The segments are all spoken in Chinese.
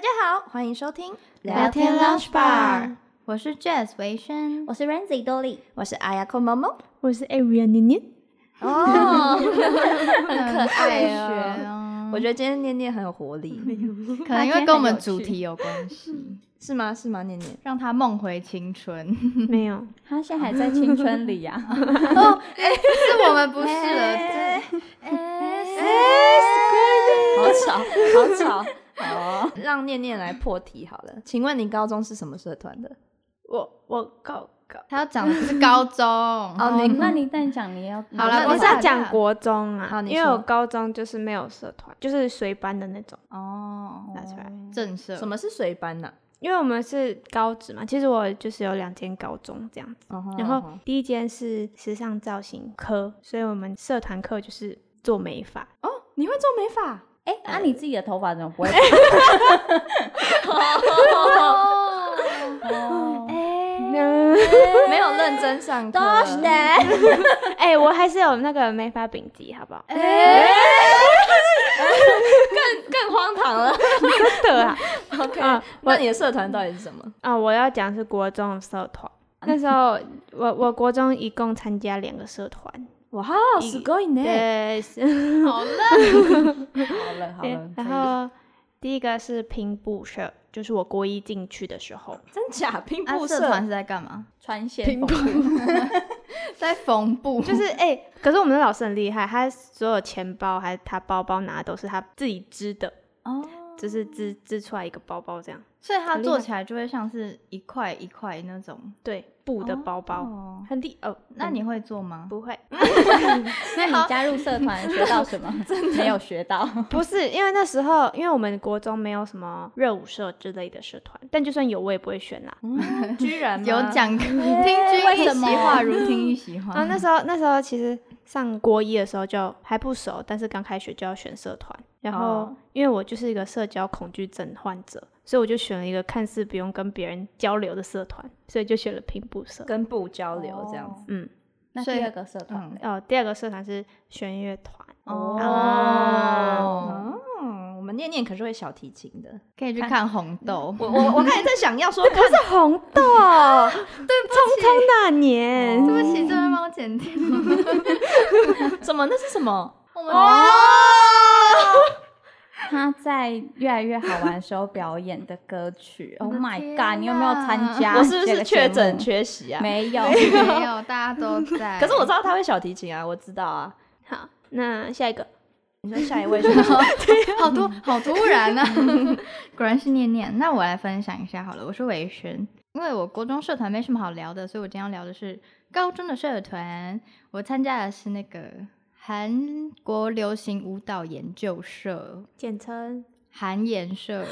家好，欢迎收听聊天 Lounge Bar 我是 Jazz 维轩，我是 Renzi 多莉，我是阿雅扣猫猫。我是 Aria 年年，哦，很可爱爱哦。 哦！我觉得今天念念很有活力，可能因为跟我们主题有关系，是吗？是吗？念念，让他梦回青春。 没有，他现在还在青春里 呀、哦，哎是我们不适合，好吵，好吵。哦，让念念来破题好了。请问你高中是什么社团的？我我告告，他要讲的是高中。哦，哦，嗯那你但讲你要好啦我我是想要讲国中好啊，你因为说我高中就是没有社团，就是随班的那种拿出来，正社什么是水班啊呐？因为我们是高职嘛，其实我就是有两间高中这样子，嗯然后第一间是时尚造型科，所以我们社团课就是做美发， 哦，你会做美发？哎，那、嗯你自己的头发怎么不会？没有认真上课，哎、我还是有那个美发丙级，好不好？更荒唐了。真的啊， OK，啊那你的社团到底是什么？啊、我要讲是国中的社团。那时候，我我国中一共参加两个社团，哇，すごいね！对，是好了，好了好 嗯对了，然后第一个是拼布社，就是我国一进去的时嗯候，真假拼啊，布社团是在干嘛？穿线缝，在缝布，就是哎、可是我们的老师很厉害，他所有钱包还是他包包拿的都是他自己织的，哦，就是织织出来一个包包这样，所以它做起来就会像是一块一块那种对，布的包包，哦很厉哦，那很你会做吗？不会？那你加入社团学到 什么？没有学到，不是，因为那时候因为我们国中没有什么热舞社之类的社团，但就算有我也不会选啦。啊嗯居然吗有讲 听君一什席么话，如听一席话。然后哦那时候那时候其实上国一的时候就还不熟，但是刚开学就要选社团，然后、哦因为我就是一个社交恐惧症患者，所以我就选了一个看似不用跟别人交流的社团，所以就选了平步社。跟布交流这样子。嗯，那所以第二个社嗯团呢，哦，第二个社团是弦乐团，哦，嗯，哦我们念念可是会小提琴的。可以去看红豆。我我我刚才在想要说看不是红豆，《对不匆匆那年》对不起，这边帮我剪掉。什么，那是什么？我们哦，他在越来越好玩的时候表演的歌 曲。Oh 的 my 天 god！你有没有参加？哦我是不是确诊？缺席啊？没 有，没有，大家都在。可是我知道他会小提琴啊，我知道啊。好，那下一个你说下一位是什么？好突好突然啊！ 果然是念念。那我来分享一下好了，我是维轩，因为我国中社团没什么好聊的，所以我今天要聊的是高中的社团。我参加的是那个韩国流行舞蹈研究社，简称韩研社。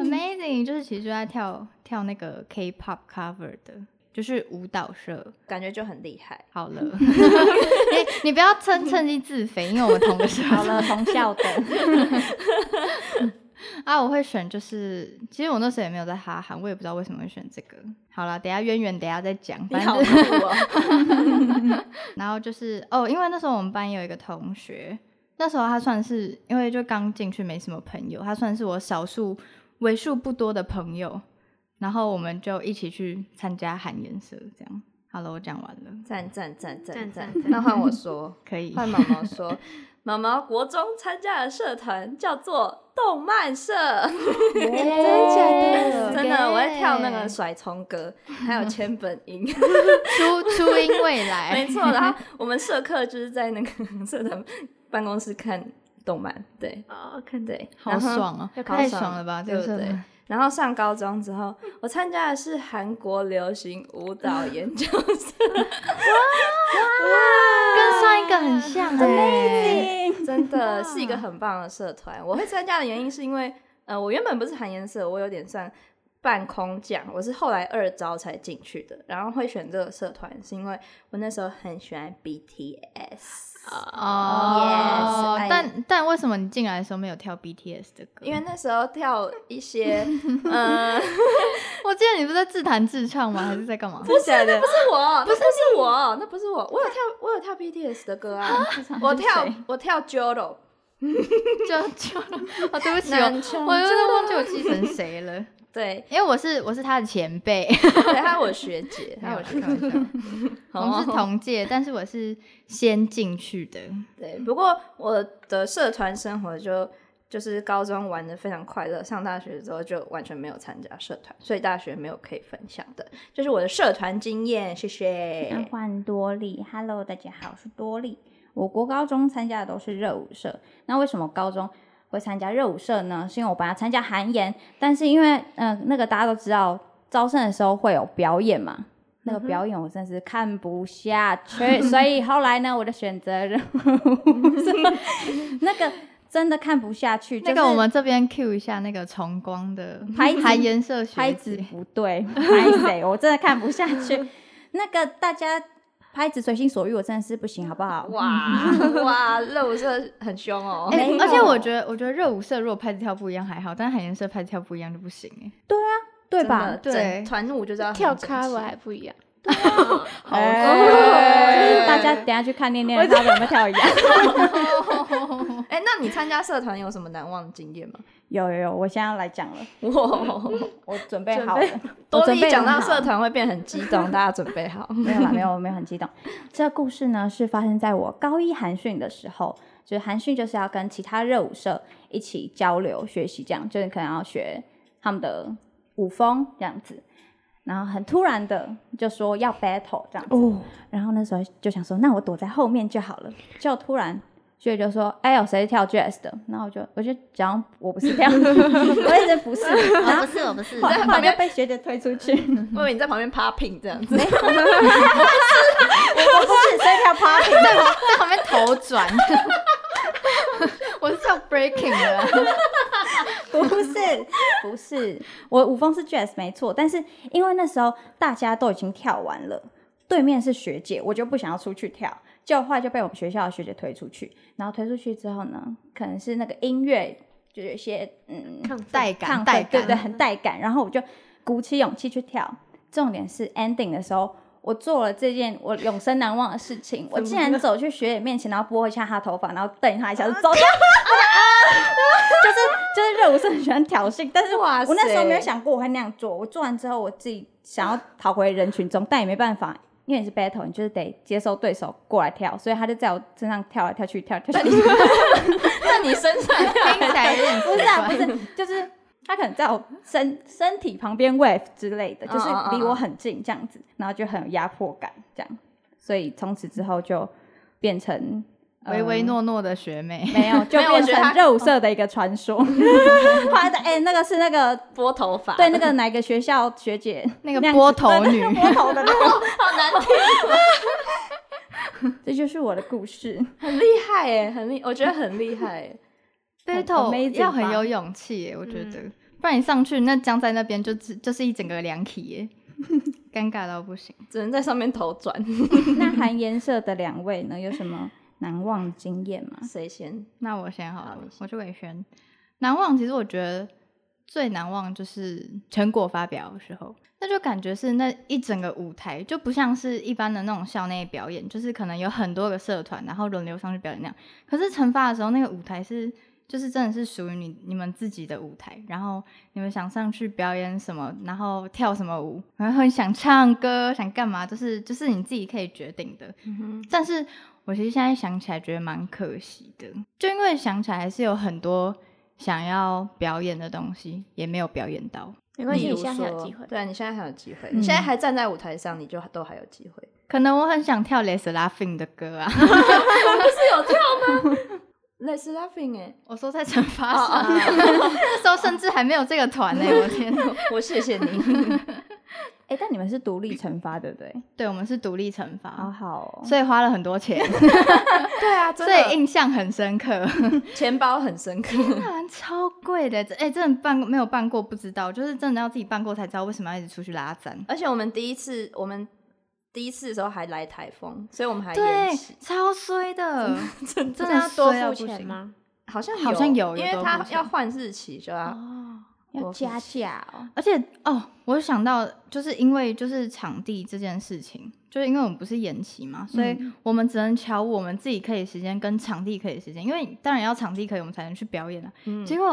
Amazing，就是其实就在跳跳那个 K-pop cover 的，就是舞蹈社。感觉就很厉害。好了，你你不要趁趁机自肥，因为我们同事好了，同校的， 啊，我会选就是，其实我那时候也没有在哈韩，我也不知道为什么会选这个。好了，等一下渊源等一下再讲，你反好正酷就是哦！然后就是哦，因为那时候我们班有一个同学，那时候他算是因为就刚进去没什么朋友，他算是我少数为数不多的朋友。然后我们就一起去参加韩颜社，这样。好了，我讲完了，赞赞赞赞赞赞赞！那换我说，可以。 换毛毛说，毛毛国中参加的社团叫做动漫社，真的真的，我会跳那个甩葱歌，还有千本樱。初初音未 来没，错，然后我们社课就是在那个 社团办公室看动漫，对哦，看对，好然后。爽哦、好太爽爽了吧，对这不个对社团然后上高中之后，我参加的是韩国流行舞 蹈研究社，跟上一个很像哎、真的是一个很棒的社团。我会参加的原因是因为，呃，我原本不是韩研社，我有点算半空降，我是后来二招才进去的。然后会选这个社团，是因为我那时候很喜欢 BTS。哦 Yes, I- 但但为什么你进来的时候没有跳 BTS 的歌？因为那时候跳一 些，呃，我记得你不是在自弹自唱吗？还是在干 嘛？不是，那不是我，不是是我，那不是我，我有跳，我有跳 BTS 的歌啊，我跳我跳 j o d o 就就哦，对不起哦，难求我又是忘记我继承谁了，对，因为我是我是他的前辈，对，她我学姐，没她有我啦学开玩笑， 我们是哦同届，但是我是先进去的，对，不过我的社团生活就就是高中玩的非常快乐，上大学之后就完全没有参加社团，所以大学没有可以分享的，这、是我的社团经验，谢那谢。换多利，Hello，大家好，我是多利。我国高中参加的都是热舞社，那为什么高中会参加热舞社呢？是因为我本来参加韩研，但是因为嗯、呃那个大家都知道，招生的时候会有表演嗯嘛。那个表演我真是看不下去， 所以后来呢，我的选择热舞社，那个真的看不下去。那就个是我们这边 Q 一下那个崇光的拍子韩颜社学拍子姐，不对，拍谁？我真的看不下去。 那个大家拍子随心所欲，我真的是不行，好不好？哇哇，热舞社很凶哦。哎、没而且我有觉得我觉得热舞社如果拍子跳不一样还好，但是韩颜社拍子跳不一样就不行哎、对真的吧？整对团舞就是要很跳整 cover 齐哦还不一样，好哎大家等一下去看念念他们有没有跳一样。 哎、那你参加社团有什么难忘的经验吗？有有有，我现在要来讲了，哇， 我准备准好 备了。我多准利备讲很到好社团会变很激动，大家准备好。没有啦，没有，我没有很激动。这故事呢是发生在我高一寒训的时候，就是寒训就是要跟其他热舞社一起交流学习，这样就是可能要学他们的舞风这样子。然后很突然的就说要 battle 这样子，哦然后那时候就想说，那我躲在后面就好了。 就突然学姐就说：“哎、有谁是跳 jazz 的？”然后我就我就讲我不是跳， 我一直啊不是，然后不是我不是后在 来旁边就被学姐推出 去。我以为你在旁边 popping 这样子，我不是谁跳 party， 在旁在旁边头转， 我是跳 breaking 的，不是，不是，我舞风是 jazz 没错，但是因为那时候大家都已经跳完了，对面是学姐，我就不想要出去跳，就后来就被我们学校的学姐推出去，然后推出去之后呢，可能是那个音乐就有一些嗯抗带抗感带对对，感，很带感，然后我就鼓起勇气去跳，重点是 ending 的时候。我做了这件我永生难忘的事情，我竟然走去学姐面前，然后拨一下她头发，然后瞪她一啊下就走掉。 就是热舞社很喜欢挑衅，但是我哇我那时候塞没有想过我会那样做。我做完之后，我自己想要逃回人群中，但也没办法，因为你是 battle，你就是得接受对手过来跳，所以他就在我身上跳来跳去，跳来跳去。 在你身上听起来有点不是啊，不奇怪是，就是他可能在我身身体旁边 wave 之类的，就是嗯嗯嗯离我很近这样子，然后就很有压迫感这样。所以从此之后就变成唯唯嗯诺诺的学妹，没 有，就没有我变觉得他成热舞社的一个传 说。后来的哎、那个是那个拨头发，对，那个哪个学校学姐那个样子波头对女那 个波头的那个， 好难听，这就是我的故事。 很厉害哎，很厉，我觉得很厉害耶。很 battle amazing 嗯要很嗯吧有勇气耶，我觉得，不然你上去那僵在那边就只就是一整个凉体耶， 尴尬到不行。只能在上面头转。那韩颜社的两位呢，有什么难忘经验吗？谁先？那我先好了，好你我是伟轩。难忘，其实我觉得最难忘就是成果发表的时候，那就感觉是那一整个舞台就不像是一般的那种校内表演，就是可能有很多个社团，然后轮流上去表演那样。可是惩罚的时候，那个舞台是就是真的是属于你你们自己的舞台，然后你们想上去表演什么，然后跳什么舞，然后你想唱歌想干嘛，就是就是你自己可以决定的。但是我其实现在想起来觉得蛮可惜的，就因为想起来还是有很多想要表演的东西也没有表演到。没关系，例你如现在还有说机会。对啊，你现在还有机会，你现在还站在舞台上，你就都还有机会。可能我很想跳 Les Laughing 的歌啊，我 不是有跳 吗？Let's laughing 哎，我说在惩罚上，那时候甚至还没有这个团呢、我的天哪！我谢谢你。哎、但你们是独立惩罚，对不对？嗯对，我们是独立惩罚，好好哦。所以花了很多钱， 对啊，所真以的，印象很深刻。钱包很深刻。那玩超贵的，哎、真的办过没有办过不知道，就是真的要自己办过才知道为什么要一直出去拉赞。而且我们第一次，我们第一次的时候还来台风，所以我们还对延期。，超衰的，真真的要多衰到付不钱啊行？吗？好像好像有因有为多他付钱要换日期，就要哦，要多付加钱价哦。而且哦，我想到就是因为就是场地这件事情，就是因为我们不是延期嘛，所以我们只能瞧我们自己可以时间跟场地可以时间，因为当然要场地可以，我们才能去表演啊。结果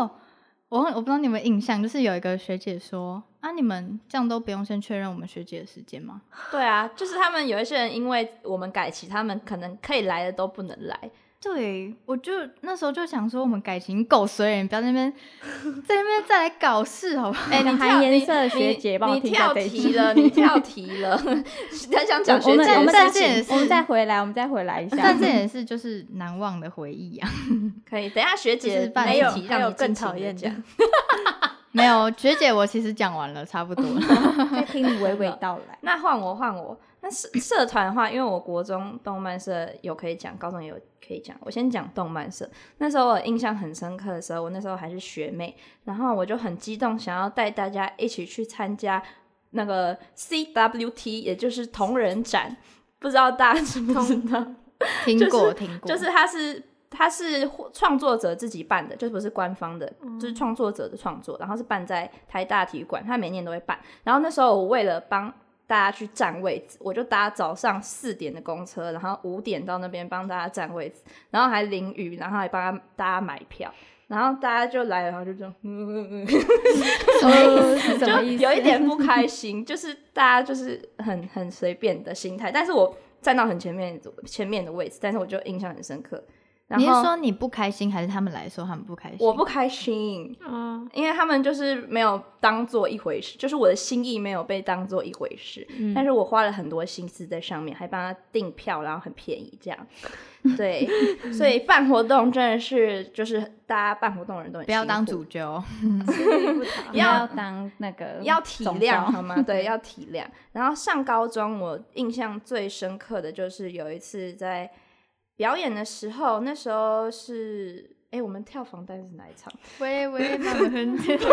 我忘我不知道你们印象，就是有一个学姐说啊，你们这样都不用先确认我们学姐的时间吗？对啊，就是他们有一些人，因为我们改期，他们可能可以来的都不能来。对，我就那时候就想说，我们改情够衰了，你不要在那边在那边再来搞事，好不好？哎、 你韩跳颜你色的学你姐帮我你听一下跳这一题句 了，你跳题了， 很想讲我学们姐我们的再事情。我们再回来，我们再回来一下。但这也是就是难忘的回忆啊。可以，等一下学就姐是办没题有还让有你更尽情讨地厌的讲。 没有学姐，我其实讲完了，差不多了。在听你娓娓道 来。那换我换我，那社社团的话，因为我国中动漫社有可以讲，高中也有可以讲。我先讲动漫社，那时候我印象很深刻的时候，我那时候还是学妹，然后我就很激动，想要带大家一起去参加那个 CWT，也就是同人展。不知道大家知不知道？听过，听过，就是它是它是创作者自己办的，就不是官方的，就是创作者的创作，然后是办在台大体育馆，它每年都会办。然后那时候我为了帮大家去占位置，我就搭早上四点的公车，然后五点到那边帮大家占位置，然后还淋雨，然后还帮他大家买票。然后大家就来了，然后就这样，嗯嗯嗯 嗯，哦什么意 思？什么意思？有一点不开心，就是大家就是很很随便的心态。但是我站到很前面前面的位置，但是我就印象很深刻。然后你是说你不开心，还是他们来说他们不开心？我不开心， 嗯，因为他们就是没有当做一回事，就是我的心意没有被当做一回事。嗯但是我花了很多心思在上面，还帮他订票，然后很便宜，这 样。对，所以办活动真的是，就是大家办活动的人都很不要辛苦当 主角，哦 你要当那个要体总谅召好吗？ 对，要体谅。然后上高中，我印象最深刻的就是有一次在表演的时候，那时候是。哎、我们跳防弹是哪一场？喂喂，那我 很不是就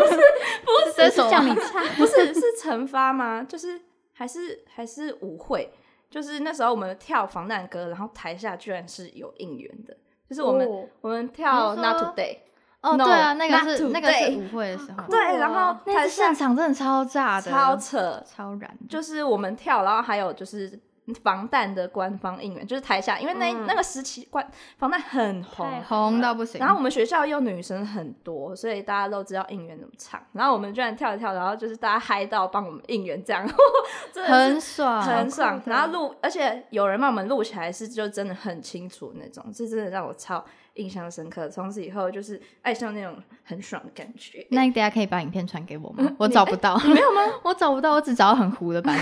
这是首叫你吗唱。不是是惩罚吗？就是还是还是舞会？就是那时候我们跳防弹歌，然后台下居然是有应援的，就是我们、哦我们跳你 Not 说 Today，哦， No，对啊，那个 not 是那个是 today 舞会的时候，对，然后哦那台次下现场真的超炸的，超扯，超燃的，就是我们跳，然后还有就是防弹的官方应援，就是台下，因为那、那个时期官防弹很红太。嗯红到不行。然后我们学校又女生很多，所以大家都知道应援怎么唱。然后我们居然跳一跳，然后就是大家嗨到帮我们应援，这样 真的是很爽，很爽酷。的然后录，而且有人帮我们录起来，是就真的很清楚那种，这真的让我超印象深刻。从此以后就是爱上那种很爽的感觉。那你等一下可以把影片传给我嗯 吗？我找哎不到，没有吗？ 我找不到，我只找到很糊 的版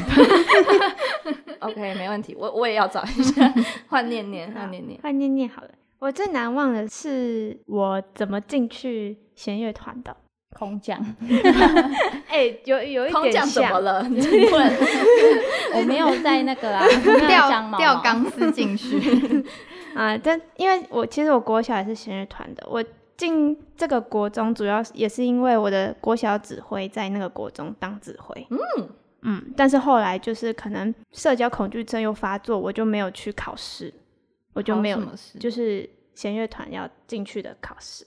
本。 OK，没问题，我我也要找一下，换念念，换念念。换念念好了。我最难忘的是我怎么进去弦乐团的。空降， 哎、有有一空点降怎像么，了？你问我没有在那个啊，我没有讲掉毛毛掉。钢丝进去， 啊、但因为我其实我国小也是弦乐团的，我进这个国中主要也是因为我的国小指挥在那个国中当指挥，嗯嗯，但是后来就是可能社交恐惧症又发作，我就没有去考试，我就没有好什么事。就是弦乐团要进去的考试。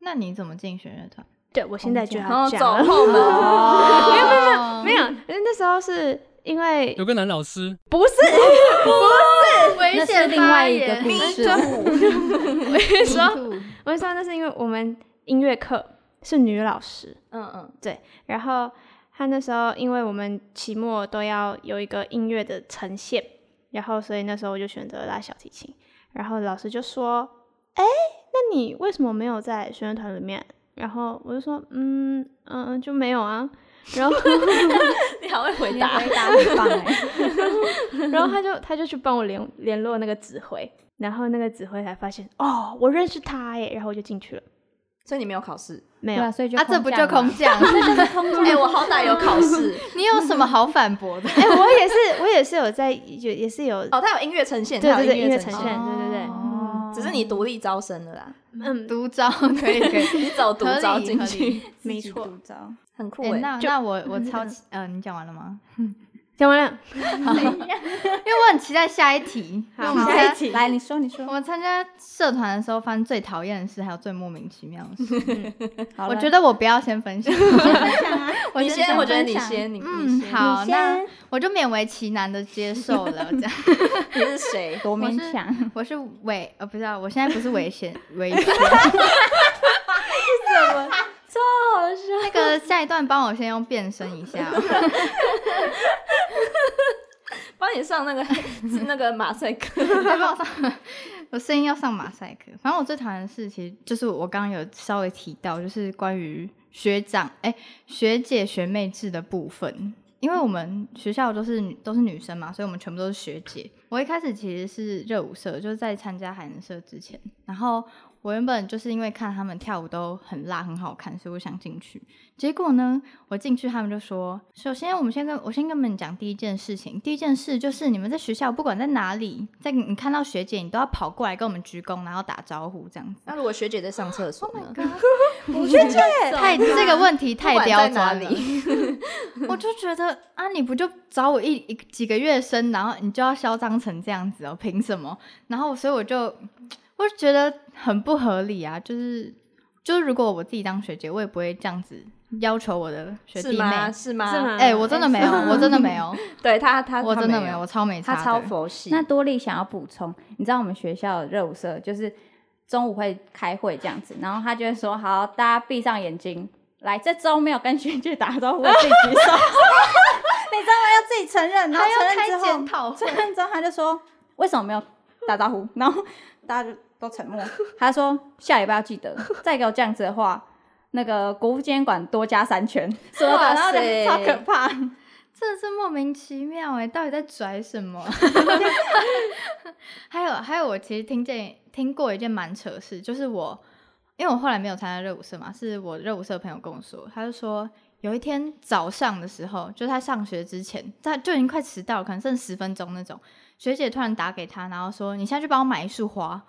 那你怎么进弦乐团？哦对我现在就空然后要走讲了，后 门，没有没有 没有，因为那时候是因为有个男老师，不是危那险是另外一个发故言事，你 说我跟你说，那是因为我们音乐课是女老师，嗯嗯，然后她那时候因为我们期末都要有一个音乐的呈现，然后所以那时候我就选择拉小提琴，然后老师就说：“哎，那你为什么没有在学生团里面？”然后我就说：“嗯嗯、就没有啊。”然后你好会回你答回。答很棒哎。然后他就他就去帮我联联络那个指挥，然后那个指挥才发现哦，我认识他耶，然后我就进去了，所以你没有考试？没对有啊，所以就啊，这不就空空降？哎、我好歹有考试。你有什么好反驳的？哎、我也是， 我也是有在，有也是有，哦，他有音乐呈现，对他有对对，音乐乐呈呈现，现，哦对对对，降？只是你独立招生的啦，嗯，哦独招哎可以可以， 你走独合理招进合理去，没没错。错，很酷哎哎、那那我我超期，呃，你讲完了吗？讲完了，因为我很期待下一题。好 因为我们下参一题来，你说，你我说。们参加社团的时候，发生最讨厌的事，还有最莫名其妙的事。好我了觉得我不要先分享， 我你就先，我觉得分你享先，你嗯，好，你那先我就勉为其难的接受了。这样，你是谁？多勉强，我是伪，呃，不知道，我现在不是伪贤，伪 贤。超好笑。那个下一段帮我先用变声一 下哦、帮你上那个是那个马赛克，再帮我上，我声音要上马赛克。反正我最讨厌的事，其实就是我刚刚有稍微提到，就是关于学长、哎、学姐、学妹制的部分。因为我们学校都是女都是女生嘛，所以我们全部都是学姐。我一开始其实是热舞社，就是在参加海南社之前，然后我原本就是因为看他们跳舞都很辣很好看，所以我想进去。结果呢，我进去，他们就说：首先，我们先跟我先跟你们讲第一件事情。第一件事就是，你们在学校不管在哪里，在你看到学姐，你都要跑过来跟我们鞠躬，然后打招呼，这样子。那如果学姐在上厕所呢？学姐太这个问题太哦不管刁在哪钻了， 我就觉得啊，你不就找我一一几个月生，然后你就要嚣张成这样子哦，凭什么？然后所以我就我就觉得很不合理啊，就是就是如果我自己当学姐，我也不会这样子要求我的学是弟妹吗？。是吗？是吗哎、我真的没有，我真的没有，对他， 他我他真的没没有，，我超没差他的，超佛系。那多莉想要补充，你知道我们学校的热舞社就是中午会开会这样子，然后他就会说：“好，大家闭上眼睛，来，这周没有跟学姐打招呼，我自己举手。” 你知道吗？要自己承认，然后还要承开认之检后，讨会承认之后他就说：“为什么没有打招呼？”然后大家就都沉默。他说：“下礼拜要记得，再给我这样子的话。”那个国务监管多加三圈，什么的，哇然后就塞超可怕。真的是莫名其妙哎、到底在拽什么？啊 还有还有，我其实听见听过一件蛮扯的事，就是我因为我后来没有参加热舞社嘛，是我热舞社的朋友跟我说，他就说有一天早上的时候，就是他上学之前，他就已经快迟到了，可能剩十分钟那种，学姐突然打给他，然后说你现在去帮我买一束花。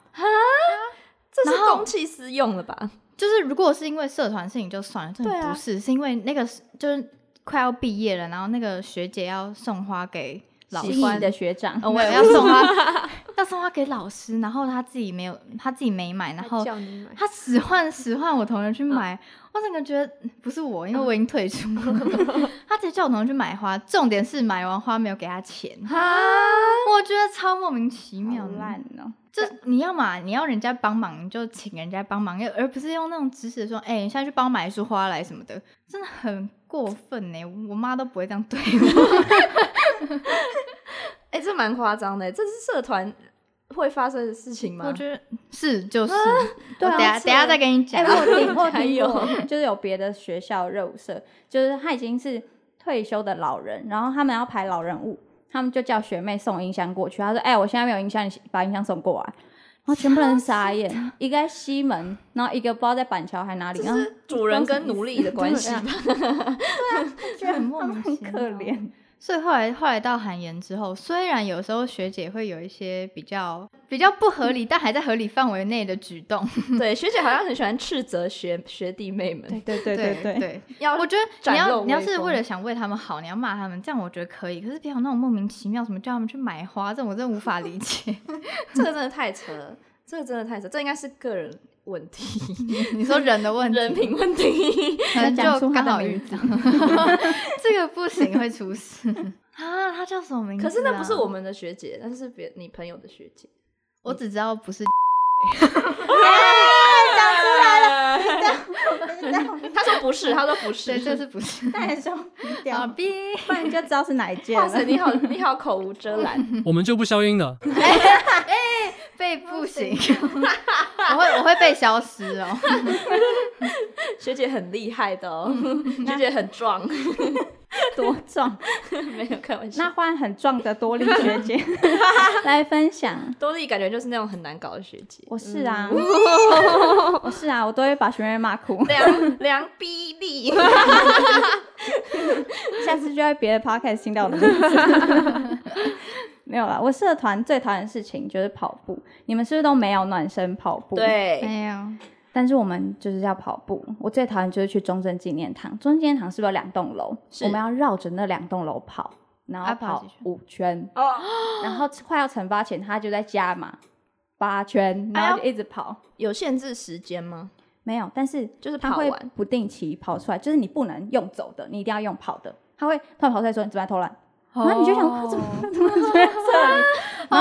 这是然后公器私用了吧？就是如果是因为社团事情就算了，真对的啊不是，是因为那个是就是快要毕业了，然后那个学姐要送花给老心师仪的学长，呃，我也要送花，要送花给老师，然后他自己没有，他自己没买，然后叫你买，他使唤使唤我同学去买，我整个觉得嗯不是我，因为我已经退出了，他直接叫我同学去买花，重点是买完花没有给他钱，我觉得超莫名其妙好的，烂哦、就是你要嘛，你要人家帮忙，你就请人家帮忙，要而不是用那种指使说，哎、你下去帮我买一束花来什么的，真的很过分呢、我妈都不会这样对我。哎，这蛮夸张的，这是社团会发生的事情吗？我觉得是就是，对啊我等下是等下再跟你哎、讲。我有 听，我有还听有过，就是有别的学校热舞社，就是他已经是退休的老人，然后他们要排老人舞，他们就叫学妹送音箱过去。他说：“哎、我现在没有音箱，你把音箱送过来。”然后全部人傻眼，一个在西门，然后一个不知道在板桥还哪里，然后主人跟奴隶的关系吧，觉得 很莫名很其可妙怜。所以后来后来到韩研之后，虽然有时候学姐会有一些比较比较不合理，但还在合理范围内的举动。对，学姐好像很喜欢斥责学学弟妹们，对对对对，对，要我觉得你展要露你要威是风为了想为他们好，你要骂他们，这样我觉得可以。可是别有那种莫名其妙什么叫他们去买花，这种我真的无法理解。这个真的太扯了，这个真的太扯，这应该是个人问题，你说人的问题，人品问 题。可能要讲就出他刚的好名遇到， 这个不行会出事啊！他叫什么名字、可是那不是我，们的学姐，那是别你朋友的学姐。我只知道不是 他说不是，他说不对，是，就是不是。啊但是说好掉，逼，不然你就知道是哪一届哇了。塞，啊你好，你好，口无遮 拦，我们就不消音了。被不行， 我会我会被消失 哦。学姐很厉害的哦， 学姐很壮，多壮？没有开玩笑那。换很壮的多莉学 姐来分享。多莉感觉就是那种很难搞的学姐，，我是啊， 我是啊，我都会把学妹骂哭 梁梁逼 利，下次就在别的 podcast 听到我的名字。 没有啦，我社团最讨厌的事情就是跑步。你们是不是都没有暖身跑步？。对，没有，但是我们就是要跑步。我最讨厌就是去中正纪念堂。中正纪念堂是不是有两栋楼？是我们要绕着那两栋楼跑。然啊后跑跑几圈五圈，哦， 然后快要惩罚前他就在加码八圈，然后就一直跑。有限制时间吗？没有，但是就是他跑会完不定期跑出来，就是你不能用走的，你一定要用跑的。他会突然跑出来说：“你怎么在偷懒？”然后你就想哦他怎么 怎么觉得 这里？啊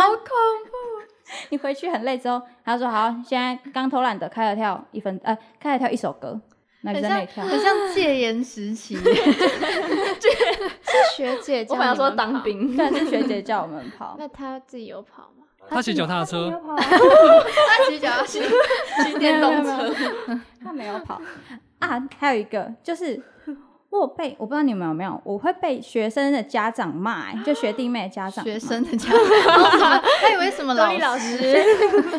好恐怖， 你回去很累之后，他说：“好，现在刚偷懒的开了跳一分，呃，开了跳一首歌，那你很在那里跳。像很像戒严时 期，是学姐教我本来你说们当跑，兵，但是学姐叫我们 跑，那她自己有跑吗？他骑脚踏车，他骑脚踏车，骑电动车，他没有跑啊。还有一个就是，我有被我不知道你们有没有，我会被学生的家长骂、欸，就学弟妹的家长骂， 学生的家 长，他以为什么老师？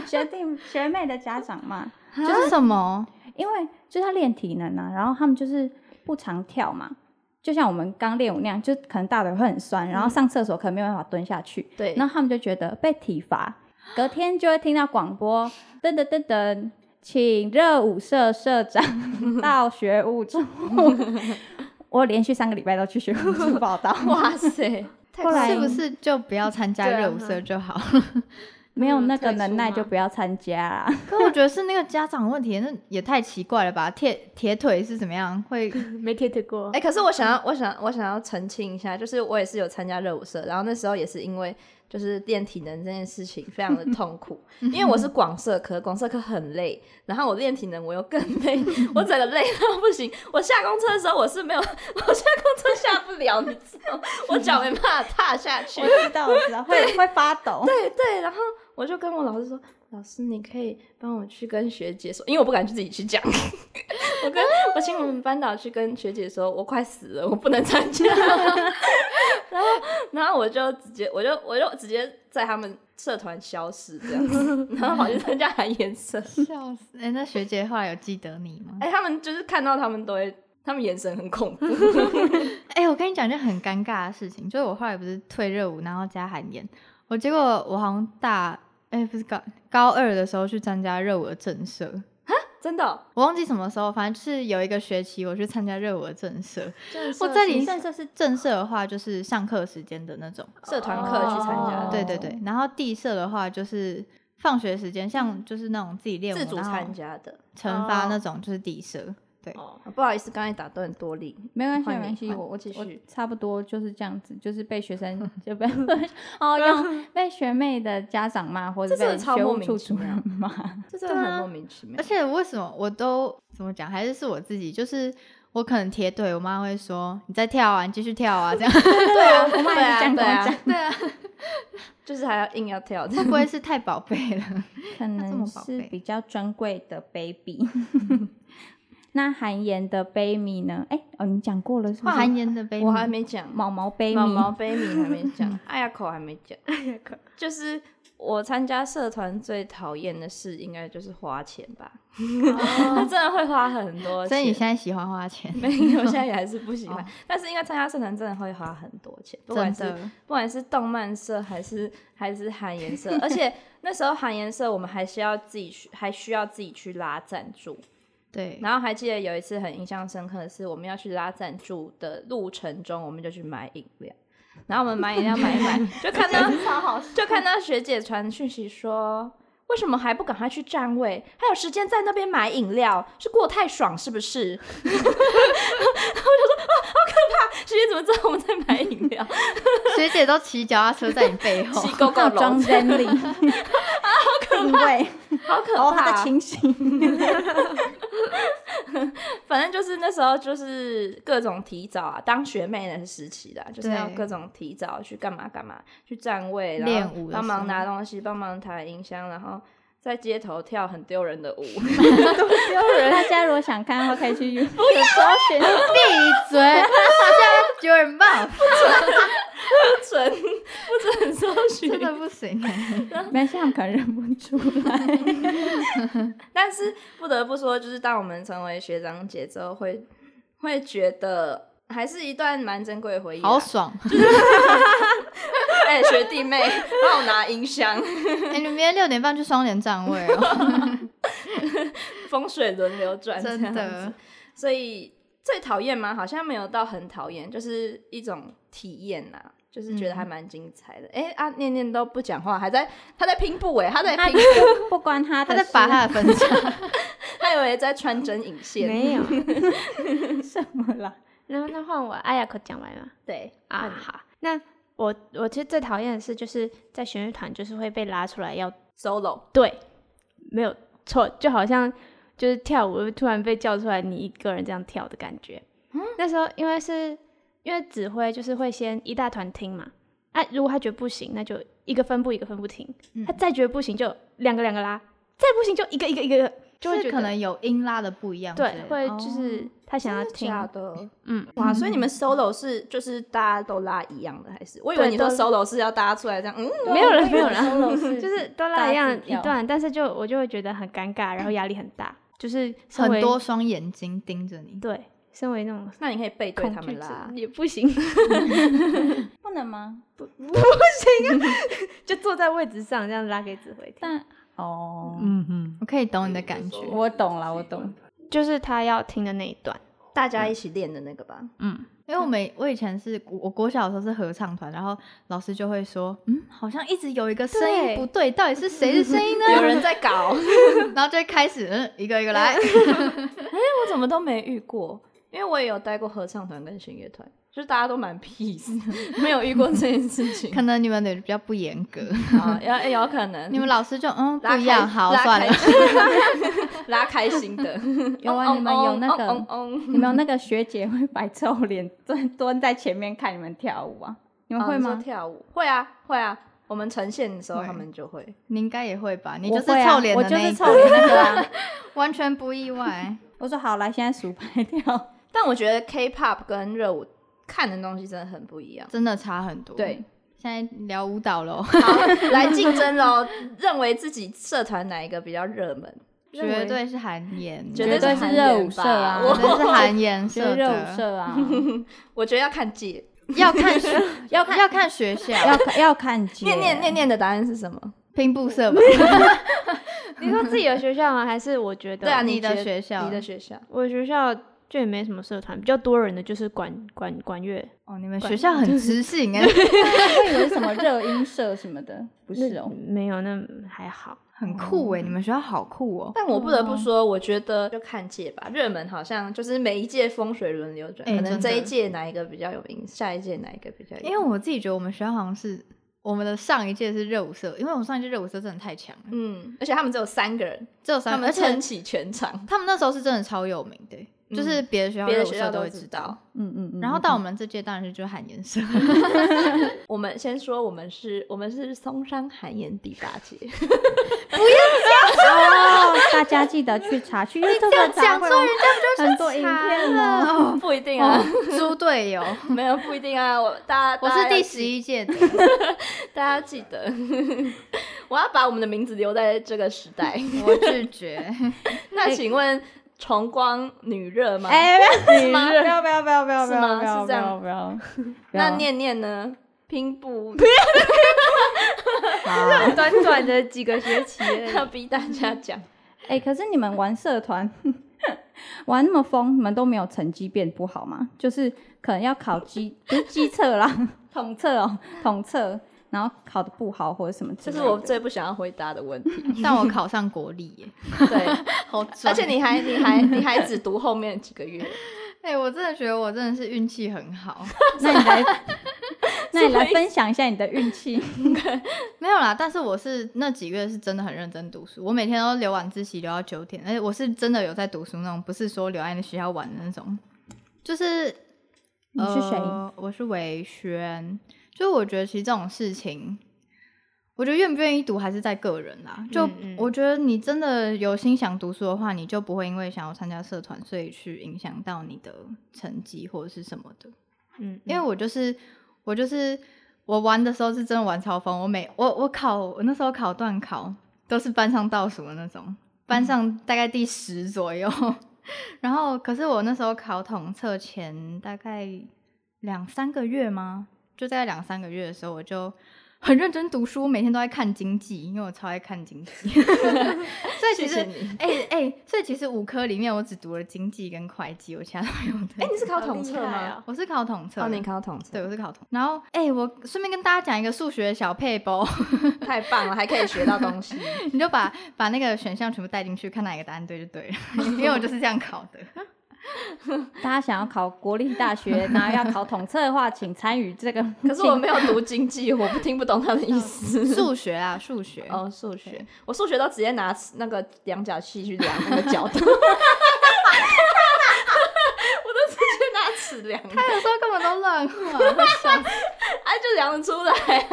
学弟学妹的家长骂，这是什么？因为就是他练体能啊，然后他们就是不常跳嘛，就像我们刚练舞那样，就可能大腿会很酸，然后上厕所可能没有办法蹲下去，对然后他们就觉得被体罚，隔天就会听到广播噔噔噔噔，请热舞社社长到学务处。我连续三个礼拜都去学务处报道，哇塞，后来是不是就不要参加对啊热舞社就好？ 没有那个退出能耐就吗不要参加啊。可我觉得是那个家长问题，那也太奇怪了吧？铁铁腿是怎么样？会 没贴贴过哎、。可是我想要，我想，我想要澄清一下，就是我也是有参加热舞社，然后那时候也是因为就是练体能这件事情非常的痛苦，因为我是广社科，广社科很累，然后我练体能我又更累，我整个累到不行。我下公车的时候我是没有， 我下公车下不了，你知道，我脚没办法踏下去。知道，我知道，会会发抖。对对，然后我就跟我老师说，老师你可以帮我去跟学姐说，因为我不敢去自己去讲。 我跟我请我们班导去跟学姐说，我快死了，我不能参加。 然后然后我就直接我就我就直接在他们社团消失这样子， 然后跑去参加韩颜社。 笑死！哎、那学姐后来有记得你吗？哎，他们就是看到他们都会，他们眼神很恐怖。 哎、我跟你讲一件很尴尬的事情，就是我后来不是退热舞，然后加韩演，我结果我好像大哎、不是高高二的时候去参加热舞的正社，真的哦、我忘记什么时候，反正就是有一个学期我去参加热舞的正社。我我这在里里正社是正社的话，就是上课时间的那种，社团课去参加的哦对对对。然后地社的话就是放学时间，像就是那哦种自己练舞自主然后参加的。惩罚那种，就是地社。对，哦，不好意思，刚才打断多莉。没关系，换没你关系，换我我继我续差不多就是这样子，就是被学生就被哦，用被学妹的家长骂，或者这真被的超学莫务名处其主妙任骂。这真的很莫名其妙而。且为什么我都怎么讲，还是是我自己，就是我可能铁腿，我妈会说你再跳啊，你继续跳啊，这样对啊，我妈也是这样跟我讲 对啊，就是还要硬要跳， 会不会是太宝贝 了？可那这么能宝是贝比较专柜的 baby。那韩岩的 baby 呢？哎、哦，你讲过了是不是？含盐的杯，我还没讲，毛毛 baby，毛毛 baby 还没讲，艾雅口还没讲， 艾雅口就是我参加社团最讨厌的事，应该就是花钱吧，哦他真的会花很多钱。所以你现在喜欢花钱， 没有，现在也还是不喜欢，哦但是因为参加社团真的会花很多钱，不管真是的不管是动漫社还是还是韩颜社，而且那时候韩颜社我们还是要自己去，还需要自己去拉赞助，对。然后还记得有一次很印象深刻的是，我们要去拉赞助的路程中，我们就去买饮料，然后我们买饮料买一买，就看到就看到学姐传讯息说。为什么还不赶快去站位？还有时间在那边买饮料，是过太爽是不是？ 我就说啊，好可怕！学姐怎么知道我们在买饮料？学姐都骑脚踏车在你背 后骑， 狗狗还有笼装，真理啊，好可怕！好可哦，他怕！啊的清醒。反正就是那时候就是各种提早啊，当学妹那个时期啦，就是要对各种提早去干嘛干嘛，去站位，然练后舞的帮时候忙拿东西，帮忙抬音箱，然后在街头跳很丢人的舞。 大家如果想看的话，可以去 YouTube 搜寻。闭嘴！现在有人骂，不准不准搜寻 真。的不行欸。没事，他们可能认不出来。但是不得不说，就是当我们成为学长姐之后，会会觉得还是一段蛮珍贵的回忆啊。好爽！哎、学弟妹帮我拿音箱，哎，你明天六点半去双联站位哦，风水轮流转， 这样真子的。所以最讨厌吗？好像没有到很讨厌，就是一种体验呐、就是觉得还嗯蛮精彩的。哎、啊，念念都不讲话，还在他在拼布哎、他在拼 布，不关他他的在事拔他的分叉。他以为在穿针引线。没有。什么啦？然 后那换我，哎呀，可讲完了对啊。好，那我我其实最讨厌的是，就是在弦乐团就是会被拉出来要，solo 对，没有错，就好像就是跳舞突然被叫出来，你一个人这样跳的感觉。嗯那时候因为是因为指挥就是会先一大团听嘛，啊，如果他觉得不行，那就一个分部一个分部听，嗯他再觉得不行就两个两个拉，再不行就一个一个一个，就会觉是得可能有音拉的不一样之类对的，，哦会就是他想要听，的？嗯，哇，所以你们 solo 是就是大家都拉一样的，还是？我以为对你说都是 solo 是要大家出来这样，嗯，没有人没有人，人就是都大拉家一样自己一跳段，但是就我就会觉得很尴尬，然后压力很大，就是身很为多双眼睛盯着你。对，身为那种那你可以背对恐他惧们值拉，也 不行，不能吗？就坐在位置上这样拉给指挥听。但哦，嗯哼，我可以懂你的感觉。我懂了，我懂。就是他要听的那一段，大嗯家一起练的那个吧。嗯，因为我每我以前是我我国小的时候是合唱团，然后老师就会说，嗯，好像一直有一个声音对不对，到底是谁的声音呢？ 有人在搞，我 然后就会开始嗯一个一个来，哎怎么都没遇过，因为我也有待过合唱团跟弦乐团，就是大家都蛮 peace，没有遇过这件事情可能你们的比较不严格，啊，有哎有可能你们老师就嗯不拉开一样，好拉算开了。 心 拉开心的，哦有哦啊嗡你们有那个嗡嗡嗡嗡你们有那个学姐会摆臭脸蹲蹲在前面看你们跳舞啊？你们哦会你说吗？跳舞会啊会啊，我们呈现的时候会他们就会。你应该也会吧？你我就是会啊臭脸我的就那是一臭个，脸那个啊。 完全不意外。我说好来，现在数拍 跳。但我觉得 K-pop 跟热舞看的东西真的很不一样。真的差很 多。对，现在聊舞蹈喽，好，来竞争喽！认为自己社团哪一个比较热门？绝对是韩研，绝对是是热舞社 啊我绝对是韩 研就是社热的舞，社 啊，我觉得要看 界。要看学要看要看学校，要看要看姐念念念念的答案是什么？拼布 社吧，你说自己的学校吗？还是我觉得？对啊，你的觉学校你的学校。我的学校就也没什么社团，比较多人的就是管管管乐，哦，你们学校很知性哎，会以为什么热音社什么的，不是 哦。没有那还好。很酷哎，你们学校好酷哦。但我不得不说，我觉得就看界吧。热门好像就是每一届风水轮流转，哎可能真的这一届哪一个比较有名，下一届哪一个比较有名。因为我自己觉得我们学校好像是我们的上一届是热舞社，因为我们上一届热舞社真的太强了，嗯，而且他们只有三个人，只有他三个，们而撑且起全场。他们那时候是真的超有名的欸，就是别的学校别热的舞学社校都会知知道道。。嗯嗯嗯。然后到我们这届当然是就是韩研社，我们先说，我们是，我们是松山寒研第八届。哦，大家记得去查， 去 YouTube 查讲会错有人家很多影片呢。哦，不一定啊，猪队友，没有不一定啊。我大家，哦我大家是要第记十一届的，大家记得， 我要把我们的名字留在这个时 代。我拒绝。哎那请问崇光女热吗？哎，是吗不要不要不要不要不是吗要不要是不这要样不要！那念念呢？拼布好。 短短的几个学期而已，要逼大家 讲，哎，可是你们玩社团 玩那么疯，你们都没有成绩变不好吗？就是可能要考机， 不是机测啦，统测哦，统测，然后考的不好或者什么之这类是的。我最不想要回答的问题。但我考上国立耶，对，好拽而且你还你还你还只读后面几个月，哎、我真的觉得我真的是运气很好，那你 来， 那你来分享一下你的运气。 没有啦。但是我是那几个月是真的很认真读书，我每天都留晚自习留到九点，而且我是真的有在读书那种，不是说留在那学校玩的那种。就是你是谁呃我是维轩。就我觉得其实这种事情，我觉得愿不愿意读还是在个人啦。就嗯嗯我觉得你真的有心想读书的话，你就不会因为想要参加社团，所以去影响到你的成绩或者是什么的。嗯，因为我就是我就是我玩的时候是真的玩超疯，我每我我考我那时候考段考都是班上倒数的那种，嗯班上大概第十左右。 然后可是我那时候考统测前大概两三个月吗？就在两三个月的时候，我就很认真读书，每天都在看经济，因为我超爱看经济。 所以其实，谢哎谢你哎、所以其实五科里面我只读了经济跟会计，我其他都没有读。哎、你是考好统厉测害吗哦？我是考统测哦，的，你考统测，对，我是考统。然后，哎、我顺便跟大家讲一个数学小配包， 太棒了，还可以学到东西。你就把把那个选项全部带进去，看哪一个答案对就对了， 因为我就是这样考的。大家想要考国立大 学，然后要考统测的话，请参与这个。可是我没有读经济，我不听不懂他的意思。数学啊，数学，哦，数学，我数学都直接拿那个量角器去量那个角度，我都直接拿尺量，他有时候根本都乱画， 会笑死哎，就量得出来。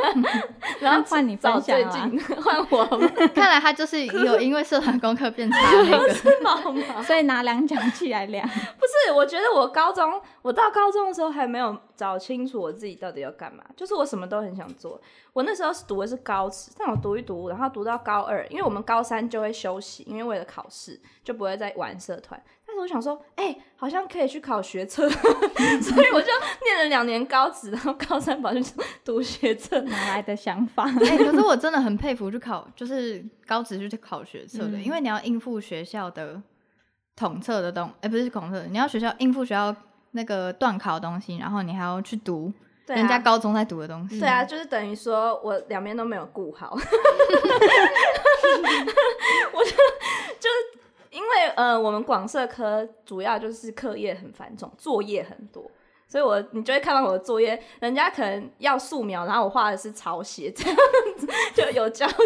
然后那换你分找享最啊近换我吗？ 看来他就是有因为社团功课变差的那个。 是吗？不所以拿量角器来量，是，我觉得我高中，我到高中的时候还没有找清楚我自己到底要干嘛，就是我什么都很想做。我那时候是读的是高职，但我读一读，然后读到高二，因为我们高三就会休息，因为为了考试就不会再玩社团。但是我想说，哎、好像可以去考学测， 所以我就念了两年高职，然后高三跑去读学测。哪来的想法？哎、可是我真的很佩服去考，就是高职去考学测的，因为你要应付学校的统测的东，哎、不是统测，你要学校应付学校那个断考的东西，然后你还要去读对啊人家高中在读的东西。对啊，就是等于说我两边都没有顾好，我 就就是因为呃，我们广社科主要就是课业很繁重，作业很多。所以我，你就会看到我的作业，人家可能要素描，然后我画的是草写，这样子就有交就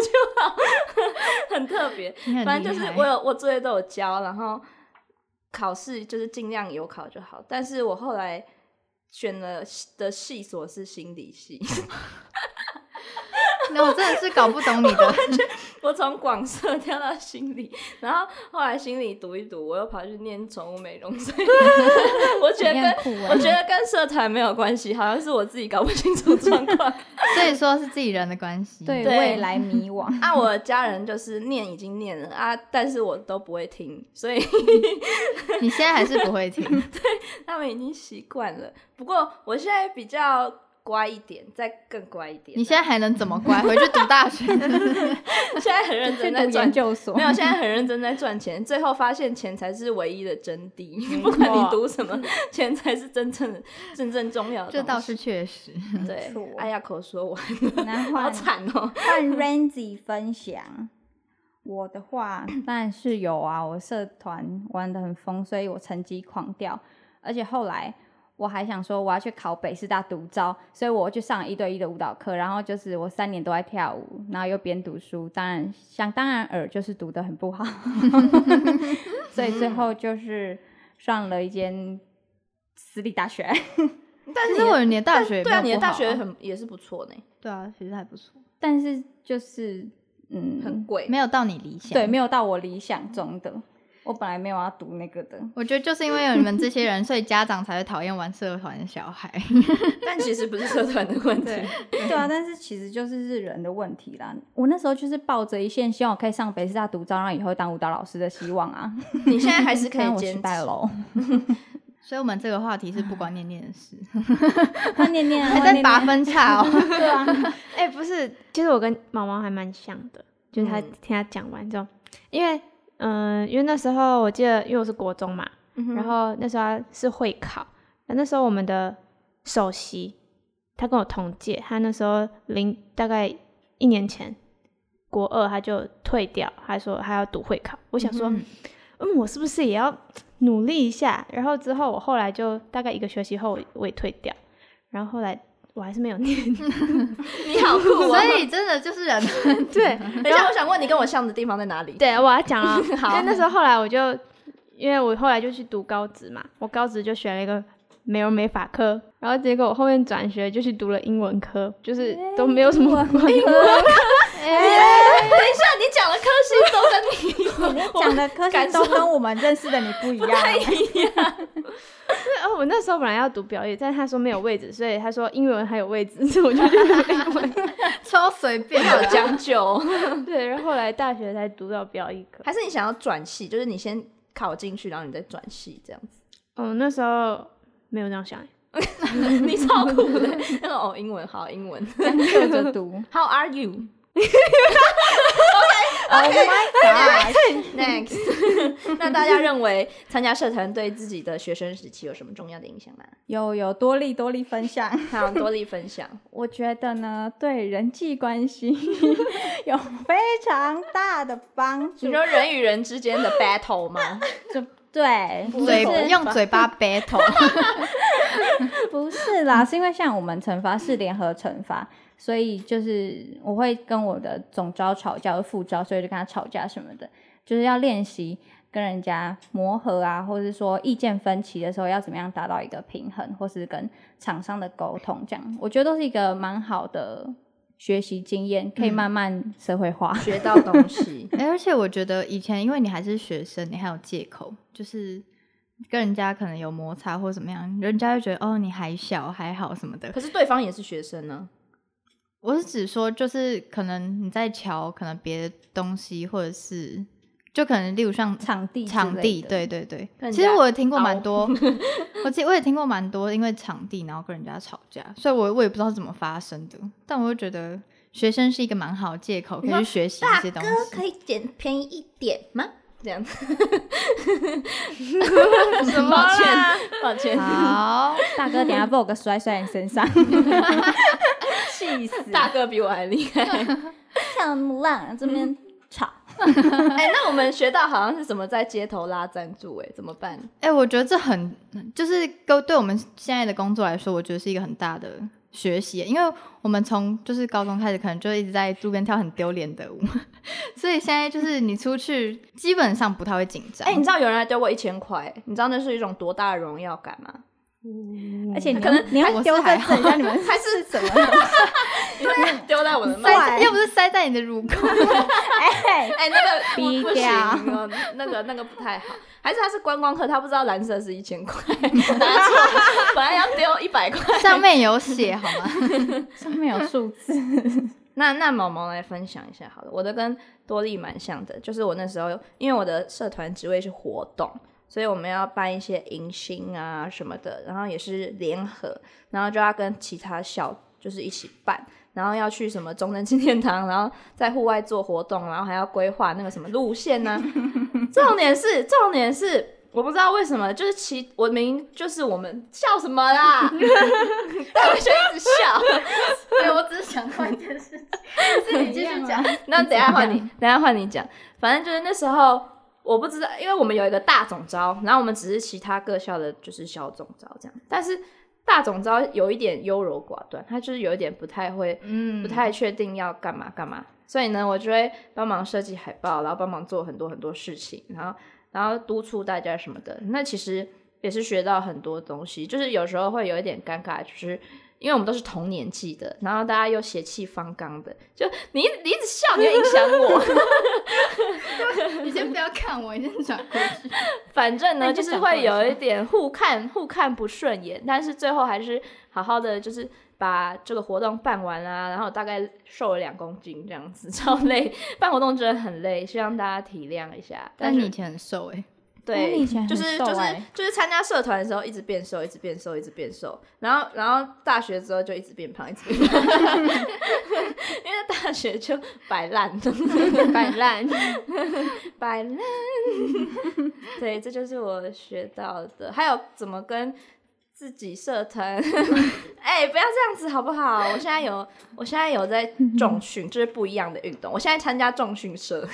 好， 很特别。你很厉害，反正就是我有我作业都有交，然后考试就是尽量有考就好。但是我后来选了的系所是心理系，那我真的是搞不懂你的。 我从广设跳到心理，然后后来心理读一读，我又跑去念宠物美容，所以我觉得你跟、很酷欸我觉得跟社团没有关系，好像是我自己搞不清楚状况。 所以说是自己人的关系。对对未来迷惘。 啊，我的家人就是念已经念了啊，但是我都不会听，所以你现在还是不 会听，他们已经习惯了。不过我现在比较乖一点，再更乖一点。你现在还能怎么乖？回去读大 学，现在很认去真在读赚研究所没，有，现在很认真在赚钱，最后发现钱才是唯一的真谛。不管你读什么，钱才是真正的、真正重要的东西。这倒是确实。对没。错哎呀，口说完，然后好换惨 哦。换 Randy 分享。我的话当然是有啊，我社团玩的很疯，所以我成绩狂掉，而且后来我还想说我要去考北师大独招，所以我去上一对一的舞蹈课，然后就是我三年都在跳舞，然后又边读书，当然想当然尔就是读的很不好， 所以最后就是上了一间私立大学。 但是其实你的我觉得你的大但学也对啊，没你有的不好大学很也是不错呢，对啊，其实还不错，但是就是嗯，很贵。没有到你理想。对，，没有到我理想中的。我本来没有要读那个的，我觉得就是因为有你们这些人，所以家长才会讨厌玩社团的小孩。 但其实不是社团的问题。 对啊，但是其实就是是人的问题啦。我那时候就是抱着一线希望我可以上北师大读招，然后以后当舞蹈老师的希望 啊。你哦现在还是可但以我坚失持。败 喽，所以我们这个话题是不关念念的事，他念念啊还换在念拔念分叉哦。对 啊，哎、不是，其实我跟毛毛还蛮像的，就是他嗯听他讲完之后，因为嗯、因为那时候我记得，因为我是国中嘛，然后那时候他是会考，那时候我们的首席他跟我同届，他那时候零大概一年前国二他就退掉，他说他要读会考，我想说，嗯我是不是也要努力一下？然后之后我后来就大概一个学期后我我也退掉，然后后来我还是没有念。你好酷哦！ 所以真的就是人， 对，等一下，我想问你跟我像的地方在哪里？。对，我要讲了好因为那时候后来我就，因为我后来就去读高职嘛，我高职就选了一个美容美发科，然后结果我后面转学就去读了英文科，就是都没有什么关系。哎等一下，你讲的科系都跟你讲的科感学都受跟我们认识的你不一 样。啊对 哦，我那时候本来要读表演，但是他说没有位置，所以他说英文还有位置，所以我就去读英文。超随便好将就。对，然后后来大学才读到表演科。 还是你想要转系，就是你先考进去，然后你再转系这样子。哦嗯，那时候没有这样想欸， 你超酷的。那种哦，英文好，英文。就着读。 How are you? Oh my god！ Next，那大家认为参加社团对自己的学生时期有什么重要的影响吗？有有多利多利分享， 好，多利分享。我觉得呢，对人际关系 有非常大的帮助你。说人与人之间的 battle 吗？就对，不嘴是用嘴巴 battle，不是啦，是因为像我们惩罚是联合惩罚，所以就是我会跟我的总招吵架，我副招，所以就跟他吵架什么的，就是要练习跟人家磨合啊，或是说意见分歧的时候要怎么样达到一个平衡，或是跟厂商的沟通，这样我觉得都是一个蛮好的学习经验，可以慢慢社会化。 学到东西，哎而且我觉得以前因为你还是学生，你还有借口，就是跟人家可能有摩擦或怎么样，人家就觉得哦你还小还好什么的可。是对方也是学生呢。我是指说，就是可能你在瞧可能别的东西，或者是就可能例如像场地之场类地，的对对对跟。人其实家我有听过凹 蛮多，我其实我也听过蛮多，因为场地然后跟人家吵架，所以我我也不知道怎么发生的，但我就觉得学生是一个蛮好的借口，可以去学习一些东西。以捡便宜一点吗？这样子， 什么抱歉啦，抱歉，好，大哥，等一下被我个摔摔你身上，气死！ 大哥比我还厉害。 像浪这边吵， 哎，那我们学到好像是怎么在街头拉赞助，哎，怎么办？ 哎、我觉得这很就是跟对我们现在的工作来说，我觉得是一个很大的学习，因为我们从就是高中开始，可能就一直在路边跳很丢脸的舞， 所以现在就是你出去基本上不太会紧张。哎，你知道有人还丢过一千块，哎你知道那是一种多大的荣耀感吗？而且你可嗯可能你哎我要是丢在还这里，让你们 还是什么？ 对， 丢在我的麦克塞，要不是塞在你的乳沟，哎，哎、那个逼不不行掉哦，那个那个不太好。还是他是观光客，他不知道蓝色是一千 块，拿错，本来要丢一百块。上面有血好吗？上面有数字，那那毛毛来分享一下好了，我的跟多利蛮像的，就是我那时候因为我的社团职位是活动，所以我们要办一些迎新啊什么的，然后也是联合，然后就要跟其他校就是一起办，然后要去什么中正纪念堂，然后在户外做活动，然后还要规划那个什么路线呢、重点是，重点是。我不知道为什么，就是其我明明就是我们笑什么啦， 但我就一直笑。对，我只是想换一件事情，是你继续讲。 那等一下换你，等一下换你讲。反正就是那时候我不知道，因为我们有一个大总招，然后我们只是其他各校的就是小总招这样。但是大总招有一点优柔寡断，他就是有一点不太会， 嗯，不太确定要干嘛干嘛。所以呢，我就会帮忙设计海报，然后帮忙做很多很多事情，然后然后督促大家什么的。那其实也是学到很多东西，就是有时候会有一点尴尬，就是因为我们都是同年纪的，然后大家又血气方刚的，就你一你一直笑，你就影响我。你先不要看我，你先转过去。反正那呢，你就就是讲会过有一一下点互看互看不顺眼，但是最后还是好好的，就是把这个活动办完啦、然后大概瘦了两公斤这样子， 超累。办活动真的很累，希望大家体谅一下。但是你以前很瘦哎、哦对，你以前很就是瘦就是欸就是参加社团的时候一直变瘦，一直变瘦，一直变瘦，然后然后大学之后就一直变胖，一直变胖， 因为大学就摆烂，摆烂。 摆烂。对，这就是我学到的，还有怎么跟自己社团， 哎、不要这样子好不好？我现在有我现在有在重训，就是不一样的运动，我现在参加重训社，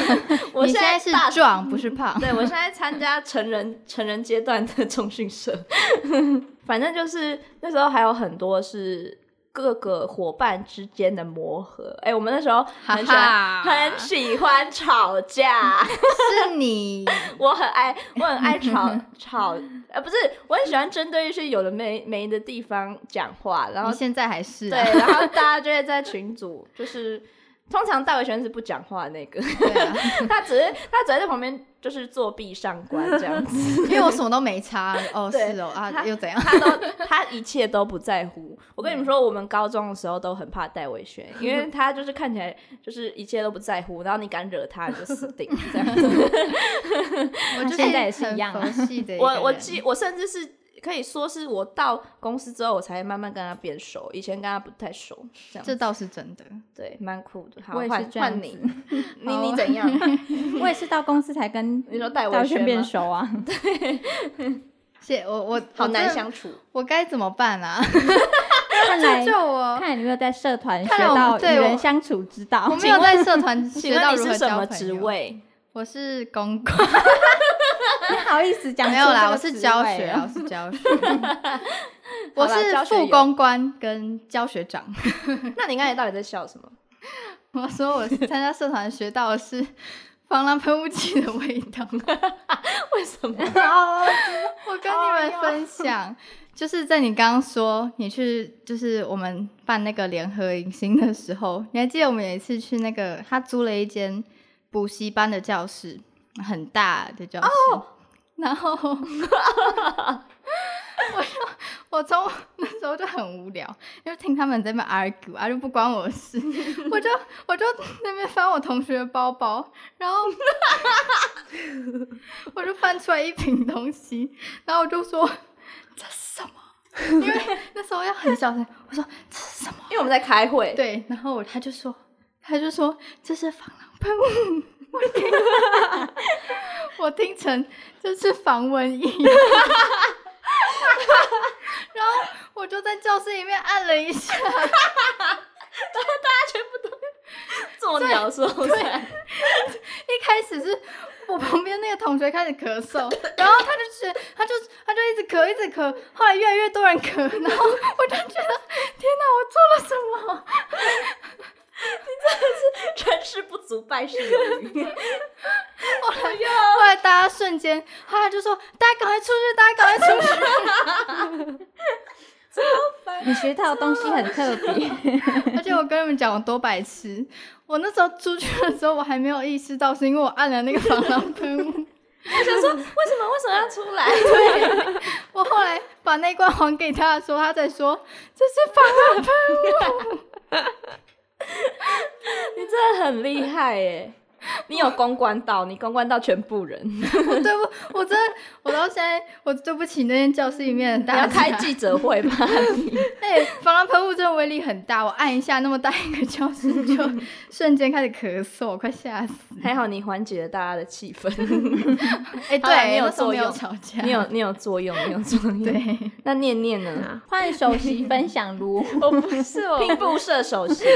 我你现在在是大壮不是胖。 对我现在参加成人成人阶段的重训社， 反正就是那时候还有很多是各个伙伴之间的磨合。哎、我们那时候很喜欢哈哈很喜欢吵架， 是你，我很爱我很爱 吵吵，呃，不是，我很喜欢针对一些有的没没的地方讲话，然后你现在还是、对，啊、然后大家就会在群组就是。通常戴维轩是不讲话的那个， 对啊， 他只是他只会在旁边就是作弊上观这样子， 因为我什么都没差。哦，对是哦啊，他又 怎样？他都他一切都不在 乎。我跟你们说，我们高中的时候都很怕戴伟轩，嗯因为他就是看起来就是一切都不在乎，然后你敢惹他你就死 定这样子。我他就是现在也是一样啊很佛系的一个我我人记我甚至是可以说是我到公司之后，我才慢慢跟他变熟，以前跟他不太熟，这样 这倒是真的。对，蛮酷的。好，我也是换这样换你 子，你好你怎样？ 我也是到公司才跟你说戴赵维轩轩变吗熟啊。谢我我好我难真的相处。我该怎么办啊？看哎来 救我！看来你没有在社团看学来我们到与对人我相处之道。我没有在社团请学问到你如是何什交么朋职友， 位？啊我是公关，你好意思讲出没有这啦，个我是职教位学啊啊，我是 教学，好我啦是教学副有公关跟教学长。 那你刚才到底在笑什么？我说我参加社团学到的是 防狼喷雾剂的味道，为什么？我跟 你们哦分享，就是在你刚刚说你去，就是我们办那个联合迎新的时候，你还记得我们有一次去那个他租了一间补习班的教室，很大的教室，然后我就我从那时候就很无聊，就听他们在那边 argue 啊，就不关我的事，我就我就那边翻我同学的包包，然后 我就翻出来一瓶东西，然后我就说这是什么？因为那时候要很小声，我说这是什么？因为我们在开会。对，然后我他就说，他就说这是防狼喷雾， 我听我听成这是防蚊液， 然后我就在教室里面按了一下， 做鸟的时候才一开始是我旁边那个同学开始咳嗽，然后他就觉得，他就他就一直咳一直咳，后来越来越多人咳，然后我就觉得天哪，我做了什么？ 成事不足败事有 余。 后来大家瞬间，后来就说大家赶快出去，大家赶快出去。 你学到的东西很特 别，而且我跟你们讲，我多白痴！我那时候出去的时候，我还没有意识到，是因为我按了那个防狼喷 雾。我想说，为什么为什么要出来？ 对，我后来把那罐还给他的时候，他才说这是防狼喷你真的很厉害耶！你有公关到，你公关到全部 人。雾。对不？我真的，我到现在，我对不起那间教室里面的你大要家。开 记者会 吧？你哎、防狼喷雾真的威力很大，我按一下，那么大一个教室就 瞬间开始咳嗽，我快吓死！还好你缓解了大家的气氛， 哎、好啦对，你有那时候作没有用吵架，你有你有作用，你有作用。对。那念念呢？换首席分享如我不是我拼布射手 席，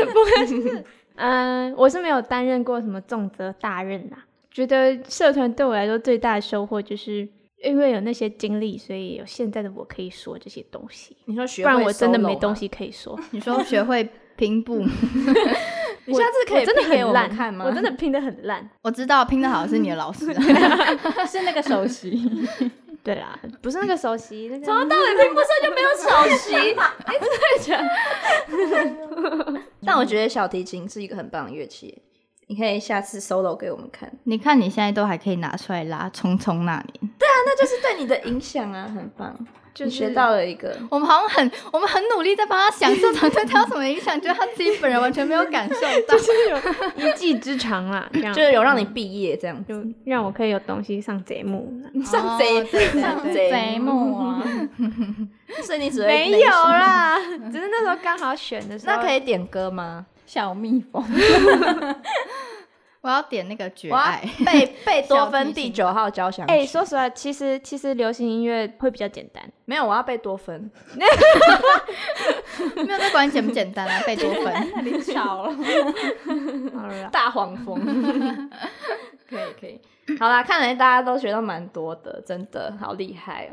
嗯，我是没有担任过什么重责大任啦。觉得社团对我来说最大的收获，就是因为有那些经历，所以有现在的我可以说这些东西。你说学不会啊然我真的 solo 没东吗。西可以说。你说学会拼布 吗，你下次可我以真的拼给很我们烂，看吗？我真的拼的很 烂。我知道拼的好是你的老师、 啊。是那个首席， 对啦，不是那个首席，那个从头到尾拼不射 就没有首席， 一直在讲。但我觉得小提琴是一个很棒的乐器，你可以下次 solo 给我们看，你看你现在都还可以拿出来拉《匆匆那年》，那就是对你的影响啊，很棒。就你是学到了一个，我们好像很我们很努力在帮他想这场对他有什么影响，觉得他自己本人完全没有感受 到。一技之长啦，这样就是有让你毕业这样子。就让我可以有东西上节目。上贼哦对对上对贼贼木啊，所以你只会没那一有首。啊啦，只是那时候刚好选的时候。那可以点歌吗？小蜜蜂，我要点那个《绝我要爱》，贝贝多小芬提第琴九号交响曲。哎、说实话，其实其实流行音乐会比较简单。没有，我要贝多芬。没有在管你简不简单啊，贝多芬。那里巧了。好了，大黄蜂。可以可以，好啦，看来大家都学到蛮多的，真的好厉害哦、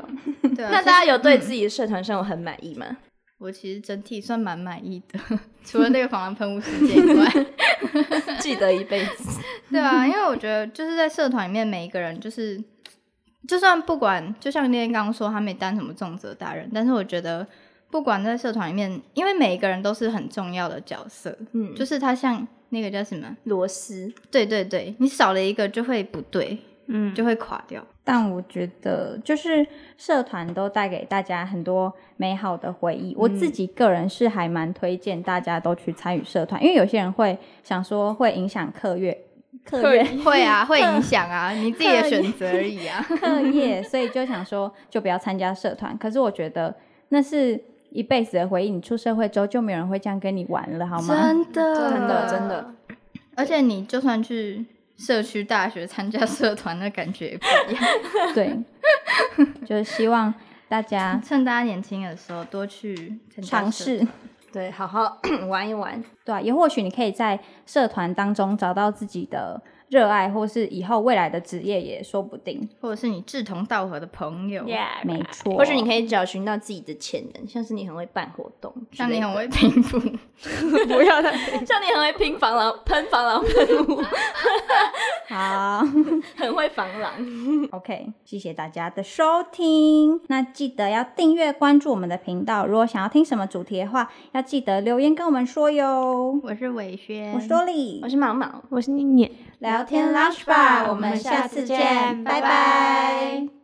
对啊 那其实大家有对自己的社团生活很满意吗？我其实整体算蛮满意的，除了那个防狼喷雾事件以外，记得一辈子。对啊，因为我觉得就是在社团里面，每一个人就是，就算不管，就像念念刚刚说，他没担什么重责大人，但是我觉得不管在社团里面，因为每一个人都是很重要的角色，嗯， 就是他像那个叫什么，螺丝对对对，你少了一个就会不对，嗯，就会垮 掉。但我觉得，就是社团都带给大家很多美好的回忆。我嗯自己个人是还蛮推荐大家都去参与社团，因为有些人会想说会影响课业课业会啊，会影响啊，你自己的选择而已啊。课业，所以就想说就不要参加社团。可是我觉得那是一辈子的回忆，你出社会之后就没有人会这样跟你玩了，好吗？真的， 真的真的，而且你就算去社区大学参加社团，那感觉也不 一样。对， 就是希望大家趁大家年轻的时候多去参加尝社试团。，对，好好 玩一玩，对、啊，也或许你可以在社团当中找到自己的热爱，或是以后未来的职业也说不定。或者是你志同道合的朋友， Yeah，没错，或许你可以找寻到自己的潜能，像是你很会办活动之像类的，你很会平复，不要太， 像你很会拼防狼、喷防狼喷雾， 好。很会防狼。 OK，谢谢大家的收听。那记得要订阅关注我们的频道。如果想要听什么主题的话，要记得留言跟我们说哟。 我是伟轩，我是多莉我，是毛毛，我是念念。聊天 Lunch Bar，我们下次见，拜拜